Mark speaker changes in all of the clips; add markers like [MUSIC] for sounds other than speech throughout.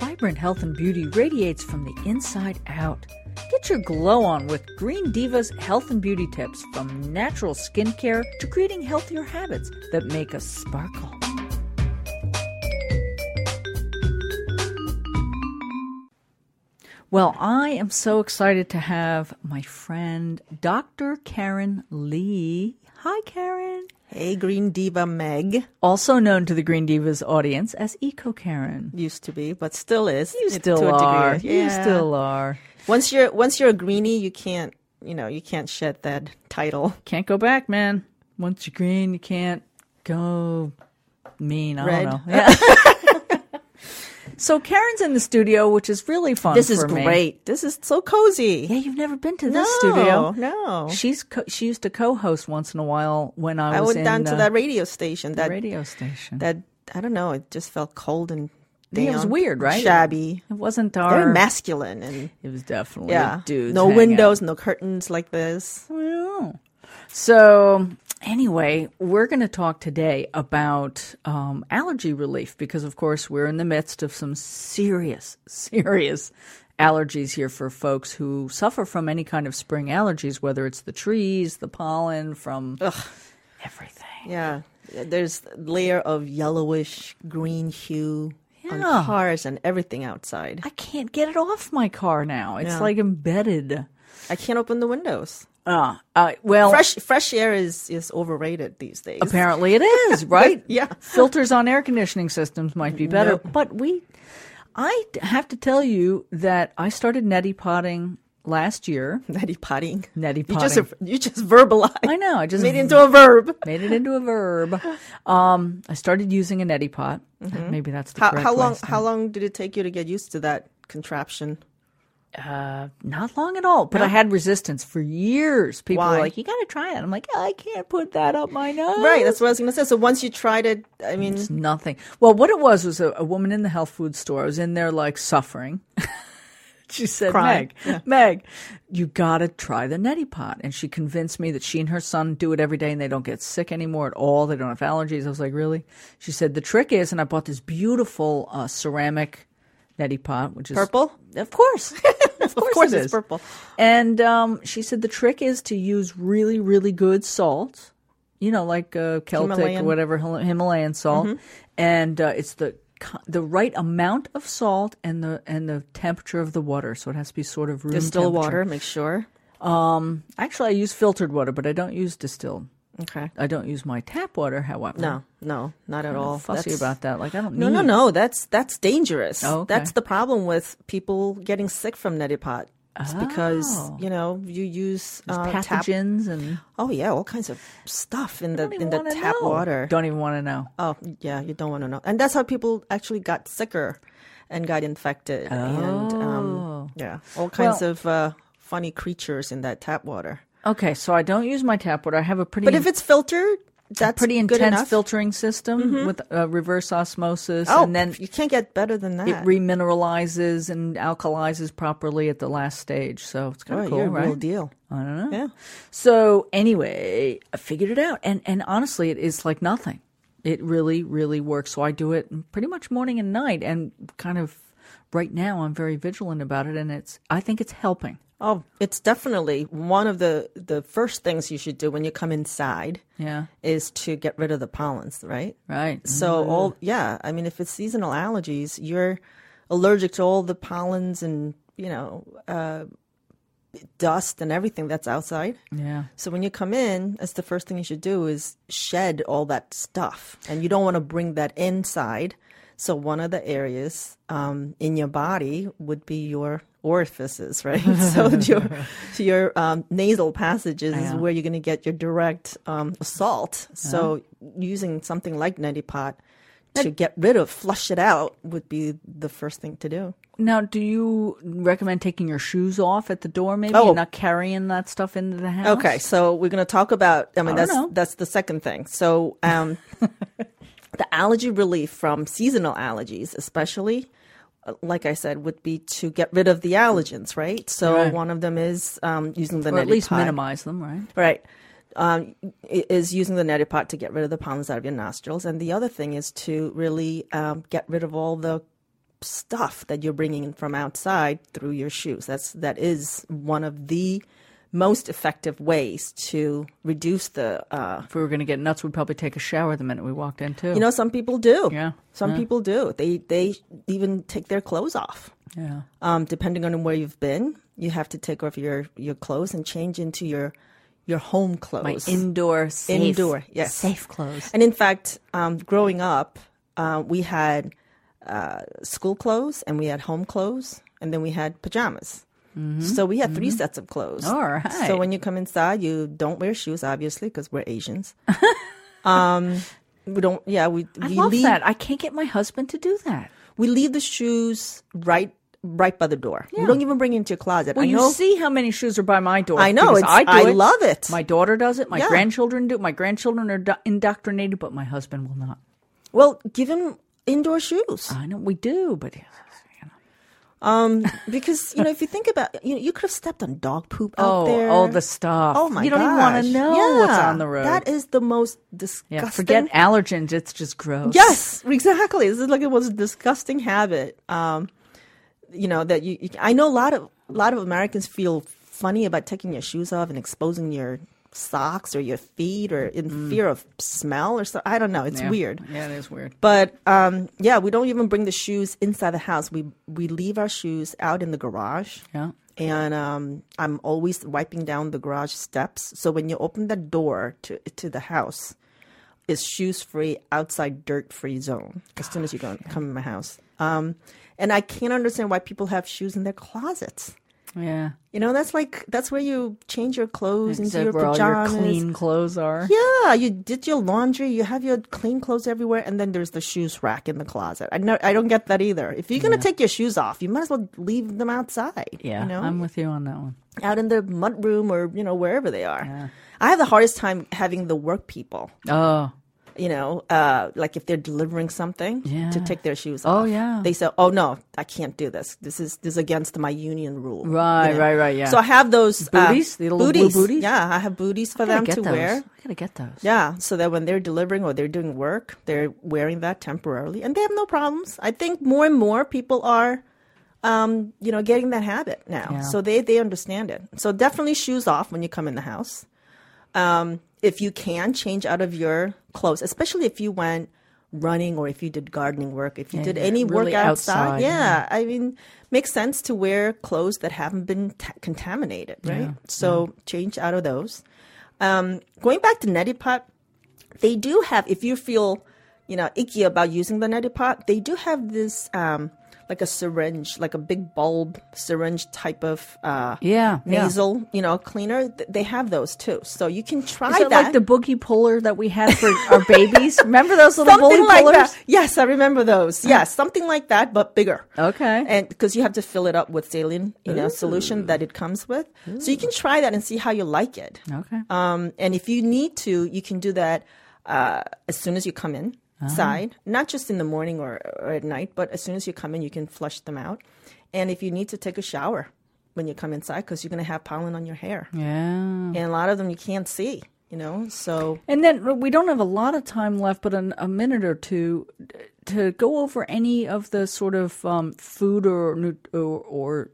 Speaker 1: vibrant health and beauty radiates from the inside out. Get your glow on with Green Diva's health and beauty tips from natural skincare to creating healthier habits that make us sparkle. Well, I am so excited to have my friend Dr. Karen Lee. Hi, Karen.
Speaker 2: Hey, Green Diva Meg.
Speaker 1: Also known to the Green Divas audience as Eco Karen.
Speaker 2: Used to be, but still is.
Speaker 1: You
Speaker 2: to a
Speaker 1: still
Speaker 2: degree.
Speaker 1: are. You
Speaker 2: Yeah.
Speaker 1: still are.
Speaker 2: Once you're once you're a greenie, you can't you know you can't shed that title.
Speaker 1: Can't go back, man. Once you're green, you can't go mean. I
Speaker 2: Red.
Speaker 1: don't know. Yeah. [LAUGHS] so Karen's in the studio, which is really fun.
Speaker 2: This is
Speaker 1: for me.
Speaker 2: great. This is so cozy.
Speaker 1: Yeah, you've never been to
Speaker 2: no,
Speaker 1: this studio.
Speaker 2: no.
Speaker 1: She's co- she used to co-host once in a while when I
Speaker 2: I
Speaker 1: was
Speaker 2: went
Speaker 1: in
Speaker 2: down
Speaker 1: uh,
Speaker 2: to that radio station. That
Speaker 1: radio station.
Speaker 2: that I don't know. It just felt cold and
Speaker 1: Yeah, it was
Speaker 2: damp,
Speaker 1: weird, right?
Speaker 2: Shabby,
Speaker 1: it wasn't our.
Speaker 2: very masculine, and
Speaker 1: It was definitely
Speaker 2: yeah,
Speaker 1: a dudes.
Speaker 2: no
Speaker 1: hangout.
Speaker 2: windows, no curtains like this.
Speaker 1: Well, So, anyway, we're going to talk today about um, allergy relief because, of course, we're in the midst of some serious, serious allergies here for folks who suffer from any kind of spring allergies, whether it's the trees, the pollen, from everything.
Speaker 2: Yeah, there's a layer of yellowish green hue on
Speaker 1: Yeah.
Speaker 2: cars and everything outside.
Speaker 1: I can't get it off my car now. It's
Speaker 2: Yeah.
Speaker 1: like embedded.
Speaker 2: I can't open the windows.
Speaker 1: Uh, uh, well,
Speaker 2: Fresh fresh air is is overrated these days.
Speaker 1: Apparently it is, right?
Speaker 2: Yeah.
Speaker 1: Filters on air conditioning systems might be better, but we I d- have to tell you that I started neti potting last year.
Speaker 2: [LAUGHS] Neti potting.
Speaker 1: Neti
Speaker 2: You
Speaker 1: potting.
Speaker 2: just [LAUGHS] you just verbalized.
Speaker 1: [LAUGHS] I know, I just
Speaker 2: Made it into a verb.
Speaker 1: made it into a verb. Um, I started using a neti pot. Maybe that's the
Speaker 2: Mm-hmm. How,
Speaker 1: correct
Speaker 2: how
Speaker 1: way
Speaker 2: long
Speaker 1: of
Speaker 2: how long did it take you to get used to that contraption?
Speaker 1: Not long at all, but I had resistance for years. People
Speaker 2: Why?
Speaker 1: were like, "You got to try it." I'm like, "I can't put that up my nose."
Speaker 2: Right, that's what I was gonna say. So once you tried it, I mean,
Speaker 1: It's nothing. Well, what it was was a, a woman in the health food store. I was in there like suffering. [LAUGHS] she said,
Speaker 2: Crying.
Speaker 1: Meg, Meg, you got to try the neti pot. And she convinced me that she and her son do it every day and they don't get sick anymore at all. They don't have allergies. I was like, really? She said, the trick is, and I bought this beautiful uh, ceramic neti pot, which is
Speaker 2: purple.
Speaker 1: Of
Speaker 2: [LAUGHS]
Speaker 1: course. Of course,
Speaker 2: course
Speaker 1: it
Speaker 2: it's
Speaker 1: is.
Speaker 2: purple.
Speaker 1: And um, she said the trick is to use really, really good salt, you know, like uh, Celtic
Speaker 2: Himalayan. Mm-hmm.
Speaker 1: or whatever Him- Himalayan salt, and uh, it's the co- the right amount of salt and the and the temperature of the water, so it has to be sort of room
Speaker 2: Distill
Speaker 1: temperature. Um,
Speaker 2: water, make sure.
Speaker 1: Actually, I use filtered water, but I don't use distilled.
Speaker 2: Okay.
Speaker 1: I don't use my tap water, however.
Speaker 2: No, no, not at
Speaker 1: I'm
Speaker 2: all.
Speaker 1: fussy
Speaker 2: That's-
Speaker 1: about that. Like I don't
Speaker 2: No,
Speaker 1: need.
Speaker 2: no, no. That's that's dangerous.
Speaker 1: Oh, okay.
Speaker 2: That's the problem with people getting sick from neti pot. It's because
Speaker 1: Oh.
Speaker 2: you know you use uh, tap
Speaker 1: pathogens and
Speaker 2: Oh yeah, all kinds of stuff in the
Speaker 1: don't even
Speaker 2: in the
Speaker 1: wanna
Speaker 2: tap
Speaker 1: know.
Speaker 2: water.
Speaker 1: Don't even want to know.
Speaker 2: Oh yeah, you don't want to know. And that's how people actually got sicker and got infected. And
Speaker 1: Oh.
Speaker 2: um, yeah, all kinds of uh, funny creatures in that tap water.
Speaker 1: Okay, so I don't use my tap water. I have a pretty
Speaker 2: But if it's filtered, that's
Speaker 1: pretty
Speaker 2: good
Speaker 1: intense
Speaker 2: enough. Mm-hmm.
Speaker 1: filtering system with uh, reverse osmosis,
Speaker 2: Oh,
Speaker 1: and then
Speaker 2: you can't get better than that.
Speaker 1: it remineralizes and alkalizes properly at the last stage. So it's kind
Speaker 2: Oh,
Speaker 1: of cool,
Speaker 2: you're a
Speaker 1: right?
Speaker 2: real deal.
Speaker 1: I don't know.
Speaker 2: Yeah.
Speaker 1: So anyway, I figured it out, and and honestly, it is like nothing. It really, really works. So I do it pretty much morning and night, and kind of right now, I'm very vigilant about it, and it's I think it's helping.
Speaker 2: Oh, it's definitely one of the the first things you should do when you come inside
Speaker 1: Yeah,
Speaker 2: is to get rid of the pollens, right?
Speaker 1: right. Mm,
Speaker 2: So all yeah, I mean if it's seasonal allergies, you're allergic to all the pollens and you know uh, dust and everything that's outside.
Speaker 1: yeah.
Speaker 2: So when you come in, that's the first thing you should do is shed all that stuff, and you don't want to bring that inside. So one of the areas um, in your body would be your orifices, [LAUGHS] right? so your your um, nasal passages is where you're going to get your direct um, assault. So using something like neti pot to get rid of, flush it out, would be the first thing to do.
Speaker 1: Now, do you recommend taking your shoes off at the door, maybe,
Speaker 2: Oh.
Speaker 1: and not carrying that stuff into the house?
Speaker 2: Okay, so we're going to talk about. I mean,
Speaker 1: I don't
Speaker 2: that's
Speaker 1: know.
Speaker 2: that's the second thing. So, um,
Speaker 1: [LAUGHS]
Speaker 2: the allergy relief from seasonal allergies, especially, uh, like I said, would be to get rid of the allergens, right? So
Speaker 1: Right.
Speaker 2: one of them is um, using the
Speaker 1: or at
Speaker 2: neti
Speaker 1: least
Speaker 2: pot.
Speaker 1: minimize them, right?
Speaker 2: Right. Um, i- is using the neti pot to get rid of the pollens out of your nostrils, and the other thing is to really um, get rid of all the stuff that you're bringing in from outside through your shoes. That's that is one of the most effective ways to reduce the. Uh,
Speaker 1: If we were going to get nuts, we'd probably take a shower the minute we walked in, too.
Speaker 2: you know, some people do.
Speaker 1: Yeah,
Speaker 2: Some people do. They they even take their clothes off.
Speaker 1: yeah.
Speaker 2: Um, depending on where you've been, you have to take off your your clothes and change into your your home
Speaker 1: My
Speaker 2: clothes.
Speaker 1: indoor safe,
Speaker 2: Indoor, yes.
Speaker 1: safe clothes.
Speaker 2: And in fact, um, growing up, uh, we had uh, school clothes and we had home clothes and then we had pajamas. So we had 3 sets of clothes.
Speaker 1: Mm-hmm. All right.
Speaker 2: So when you come inside, you don't wear shoes, obviously, because we're
Speaker 1: [LAUGHS]
Speaker 2: Asians. um, we don't. Yeah, we
Speaker 1: I
Speaker 2: we
Speaker 1: love
Speaker 2: leave
Speaker 1: that. I can't get my husband to do that.
Speaker 2: we leave the shoes right right by the door. We don't even bring it into your closet.
Speaker 1: Well,
Speaker 2: I
Speaker 1: you
Speaker 2: know.
Speaker 1: see how many shoes are by my door.
Speaker 2: I know,
Speaker 1: because
Speaker 2: it's-
Speaker 1: I, do
Speaker 2: I
Speaker 1: it.
Speaker 2: love it.
Speaker 1: My daughter does it. My
Speaker 2: Yeah.
Speaker 1: grandchildren do. it. My grandchildren are do- indoctrinated, but my husband will not.
Speaker 2: well, give him indoor shoes.
Speaker 1: I know we do, but you know.
Speaker 2: Um, because you know, if you think about, you know, you could have stepped on dog poop out
Speaker 1: oh,
Speaker 2: there.
Speaker 1: all the stuff.
Speaker 2: Oh my!
Speaker 1: You don't even want to
Speaker 2: gosh.
Speaker 1: know what's
Speaker 2: Yeah.
Speaker 1: on the road.
Speaker 2: That is the most disgusting.
Speaker 1: yeah, forget allergens. It's just gross.
Speaker 2: Yes, exactly. This is like the most disgusting habit. Um, you know that you, you. I know a lot of a lot of Americans feel funny about taking your shoes off and exposing your socks or your feet or in fear of smell or so. I don't know. It's
Speaker 1: Yeah.
Speaker 2: weird.
Speaker 1: Yeah, it is weird.
Speaker 2: But um, yeah, we don't even bring the shoes inside the house. We we leave our shoes out in the garage.
Speaker 1: Yeah.
Speaker 2: And um, I'm always wiping down the garage steps. So when you open the door to to the house, it's shoes free, outside dirt free zone. As soon as you go come in my house. Um, and I can't understand why people have shoes in their closets.
Speaker 1: Yeah.
Speaker 2: You know, that's like that's where you change your clothes into
Speaker 1: Except
Speaker 2: your
Speaker 1: where all
Speaker 2: pajamas.
Speaker 1: your clean clothes are.
Speaker 2: Yeah, you did your laundry. You have your clean clothes everywhere, and then there's the shoes rack in the closet. I know I don't get that either. If you're gonna take your shoes off, you might as well leave them outside.
Speaker 1: Yeah,
Speaker 2: you know,
Speaker 1: I'm with you on that one.
Speaker 2: out in the mud room or you know wherever they are. I have the hardest time having the work people.
Speaker 1: Oh,
Speaker 2: You know, uh, like if they're delivering something to
Speaker 1: Yeah.
Speaker 2: take their shoes
Speaker 1: Oh,
Speaker 2: off.
Speaker 1: yeah.
Speaker 2: They say, "Oh no, I can't do this. This is this is against my union rule." you
Speaker 1: Right,
Speaker 2: know?
Speaker 1: right, right, yeah.
Speaker 2: So I have those uh,
Speaker 1: Booties? The little blue booties?
Speaker 2: Yeah, I have booties for
Speaker 1: I gotta
Speaker 2: them
Speaker 1: get
Speaker 2: to
Speaker 1: those.
Speaker 2: wear.
Speaker 1: I gotta get those.
Speaker 2: Yeah, so that when they're delivering or they're doing work, they're wearing that temporarily, and they have no problems. I think more and more people are, um, you know, getting that habit now,
Speaker 1: Yeah.
Speaker 2: so they they understand it. So definitely shoes off when you come in the house. Um, if you can change out of your clothes, especially if you went running or if you did gardening work, if you did any
Speaker 1: really
Speaker 2: work
Speaker 1: outside,
Speaker 2: outside, yeah, I mean, makes sense to wear clothes that haven't been t- contaminated, right? so change out of those. Um, going back to neti pot, they do have if you feel you know icky about using the neti pot they do have this um like a syringe like a big bulb syringe type of uh
Speaker 1: Yeah, yeah.
Speaker 2: nasal you know cleaner Th- they have those too so you can try
Speaker 1: Is that,
Speaker 2: that
Speaker 1: like the boogie puller that we had for our
Speaker 2: [LAUGHS]
Speaker 1: babies? Remember those little
Speaker 2: something
Speaker 1: boogie
Speaker 2: like
Speaker 1: pullers?
Speaker 2: that yes i remember those
Speaker 1: Uh-huh.
Speaker 2: yes something like that but bigger
Speaker 1: Okay.
Speaker 2: and because you have to fill it up with saline you know solution that it comes with so you can try that and see how you like it
Speaker 1: Okay.
Speaker 2: Um, and if you need to, you can do that uh, as soon as you come in side, not just in the morning or, or at night, but as soon as you come in, you can flush them out. And if you need to take a shower when you come inside, because you're going to have pollen on your hair,
Speaker 1: Mm. Yeah.
Speaker 2: and a lot of them you can't see, you know. So
Speaker 1: And then uh, we don't have a lot of time left, but an, a minute or two to go over any of the sort of um, food or, nu- or or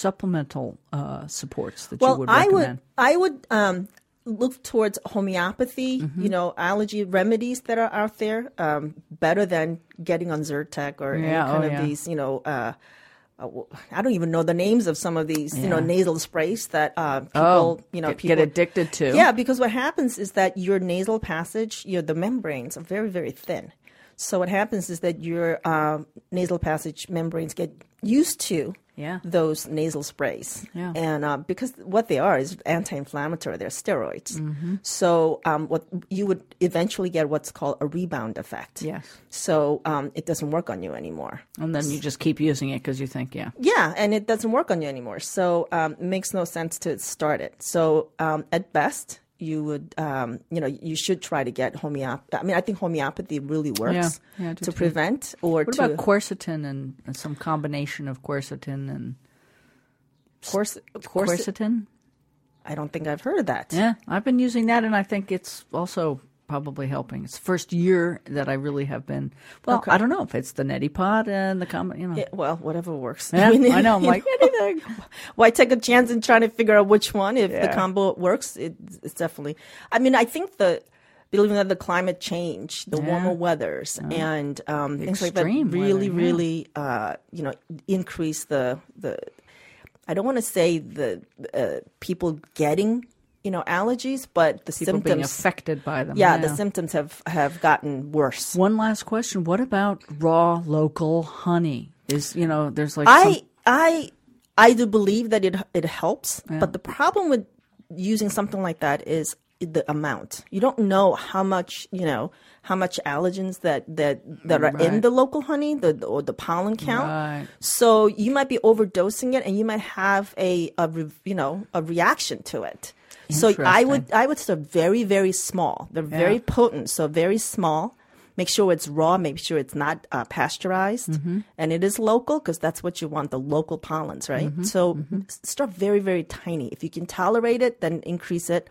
Speaker 1: supplemental uh, supports that you would
Speaker 2: I
Speaker 1: recommend.
Speaker 2: would I would um, look towards homeopathy,
Speaker 1: Mm-hmm.
Speaker 2: you know, allergy remedies that are out there um, better than getting on Zyrtec or any
Speaker 1: Yeah, oh,
Speaker 2: kind of
Speaker 1: yeah.
Speaker 2: these, you know. Uh, uh, w- I don't even know the names of some of these, you know, nasal sprays that uh, people, you know,
Speaker 1: Oh, get,
Speaker 2: people
Speaker 1: get addicted to.
Speaker 2: yeah, because what happens is that your nasal passage, your the membranes are very very thin. So what happens is that your uh, nasal passage membranes get used to
Speaker 1: Yeah.
Speaker 2: those nasal sprays,
Speaker 1: Yeah.
Speaker 2: and uh, because what they are is anti-inflammatory, they're steroids.
Speaker 1: Mm-hmm.
Speaker 2: So um, what you would eventually get what's called a rebound effect.
Speaker 1: Yes.
Speaker 2: So um, it doesn't work on you anymore.
Speaker 1: And then you just keep using it because you think, yeah.
Speaker 2: Yeah, and it doesn't work on you anymore. So um, it makes no sense to start it. So um, at best, you would, um, you know, you should try to get homeopathy. I mean, I think homeopathy really works
Speaker 1: Yeah, yeah, I do too.
Speaker 2: to prevent or
Speaker 1: What
Speaker 2: to
Speaker 1: about quercetin and, and some combination of quercetin and
Speaker 2: course,
Speaker 1: quercetin?
Speaker 2: I don't think I've heard of that.
Speaker 1: Yeah, I've been using that, and I think it's also probably helping. It's the first year that I really have been. Well, I don't know if it's the neti pot and the common, you know.
Speaker 2: Yeah, well, whatever works. [LAUGHS]
Speaker 1: Yeah,
Speaker 2: mean,
Speaker 1: I know. [LAUGHS] I'm
Speaker 2: you
Speaker 1: like anything.
Speaker 2: why take a chance in trying to figure out which one if
Speaker 1: Yeah.
Speaker 2: the combo works it, it's definitely i mean i think the believing that the climate change the warmer weathers and um, things like that
Speaker 1: Extreme weather,
Speaker 2: really
Speaker 1: yeah.
Speaker 2: really uh, you know increase the the i don't want to say the uh, people getting you know allergies but the
Speaker 1: People being
Speaker 2: symptoms
Speaker 1: affected by them.
Speaker 2: yeah, the symptoms have have gotten worse
Speaker 1: One last question. What about raw local honey? Is you know, there's like some-
Speaker 2: I I I do believe that it it helps, but the problem with using something like that is the amount. You don't know how much you know how much allergens that that that are in
Speaker 1: Right.
Speaker 2: the local honey, the, the- or the pollen count.
Speaker 1: Right.
Speaker 2: So you might be overdosing it, and you might have a a re, you know a reaction to it. So I would I would start very very small. They're very potent, so very small. Make sure it's raw. Make sure it's not uh, pasteurized,
Speaker 1: Mm-hmm.
Speaker 2: and it is local because that's what you want—the local pollens, right?
Speaker 1: Mm-hmm.
Speaker 2: So s- start very very tiny. If you can tolerate it, then increase it.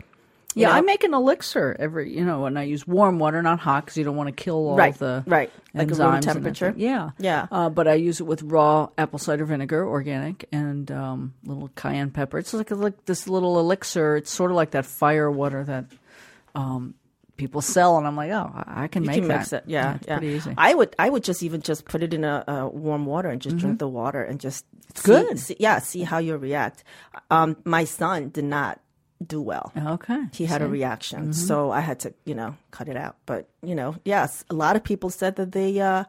Speaker 2: you
Speaker 1: yeah, I
Speaker 2: know?
Speaker 1: make an elixir every, you know, and I use warm water, not hot, because you don't want to kill all
Speaker 2: Right,
Speaker 1: the
Speaker 2: right. Like a room
Speaker 1: enzymes and
Speaker 2: temperature?
Speaker 1: everything. Yeah,
Speaker 2: Yeah.
Speaker 1: Uh, but I use it with raw apple cider vinegar, organic, and um, little cayenne pepper. It's like like this little elixir. It's sort of like that fire water that um, people sell, and I'm like, oh, I I can
Speaker 2: You
Speaker 1: make
Speaker 2: can
Speaker 1: that.
Speaker 2: mix it. Yeah,
Speaker 1: it's
Speaker 2: yeah.
Speaker 1: pretty easy.
Speaker 2: I would, I would just even just put it in a, uh warm water and just drink the water and just see-
Speaker 1: Mm-hmm. good.
Speaker 2: see- yeah, see how you react. Um, my son did not do well.
Speaker 1: okay,
Speaker 2: He had a reaction,
Speaker 1: Mm-hmm.
Speaker 2: so I had to, you know, cut it out. But you know, yes, a lot of people said that they uh,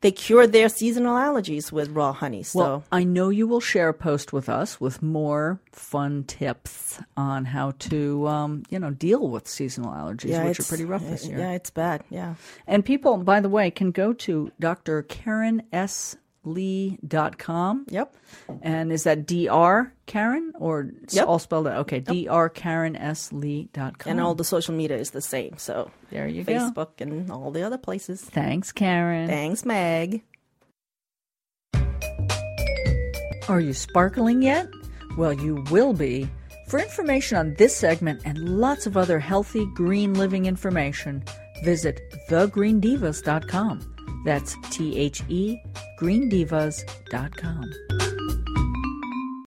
Speaker 2: they cure their seasonal allergies with raw honey. So
Speaker 1: Well, I know you will share a post with us with more fun tips on how to, um, you know, deal with seasonal allergies, which are
Speaker 2: it's- eh, uh,
Speaker 1: pretty rough this year.
Speaker 2: Yeah, it's bad. Yeah.
Speaker 1: And people, by the way, can go to drkarenslee.com.
Speaker 2: Yep.
Speaker 1: And is that DR Karen or it's
Speaker 2: Yep.
Speaker 1: all spelled out? Okay, drkarenslee.com.
Speaker 2: And all the social media is the same. So
Speaker 1: there you go.
Speaker 2: Facebook and all the other places.
Speaker 1: Thanks, Karen.
Speaker 2: Thanks, Meg.
Speaker 1: Are you sparkling yet? Well, you will be. For information on this segment and lots of other healthy green living information, visit thegreendivas.com. That's T H E greendivas.com.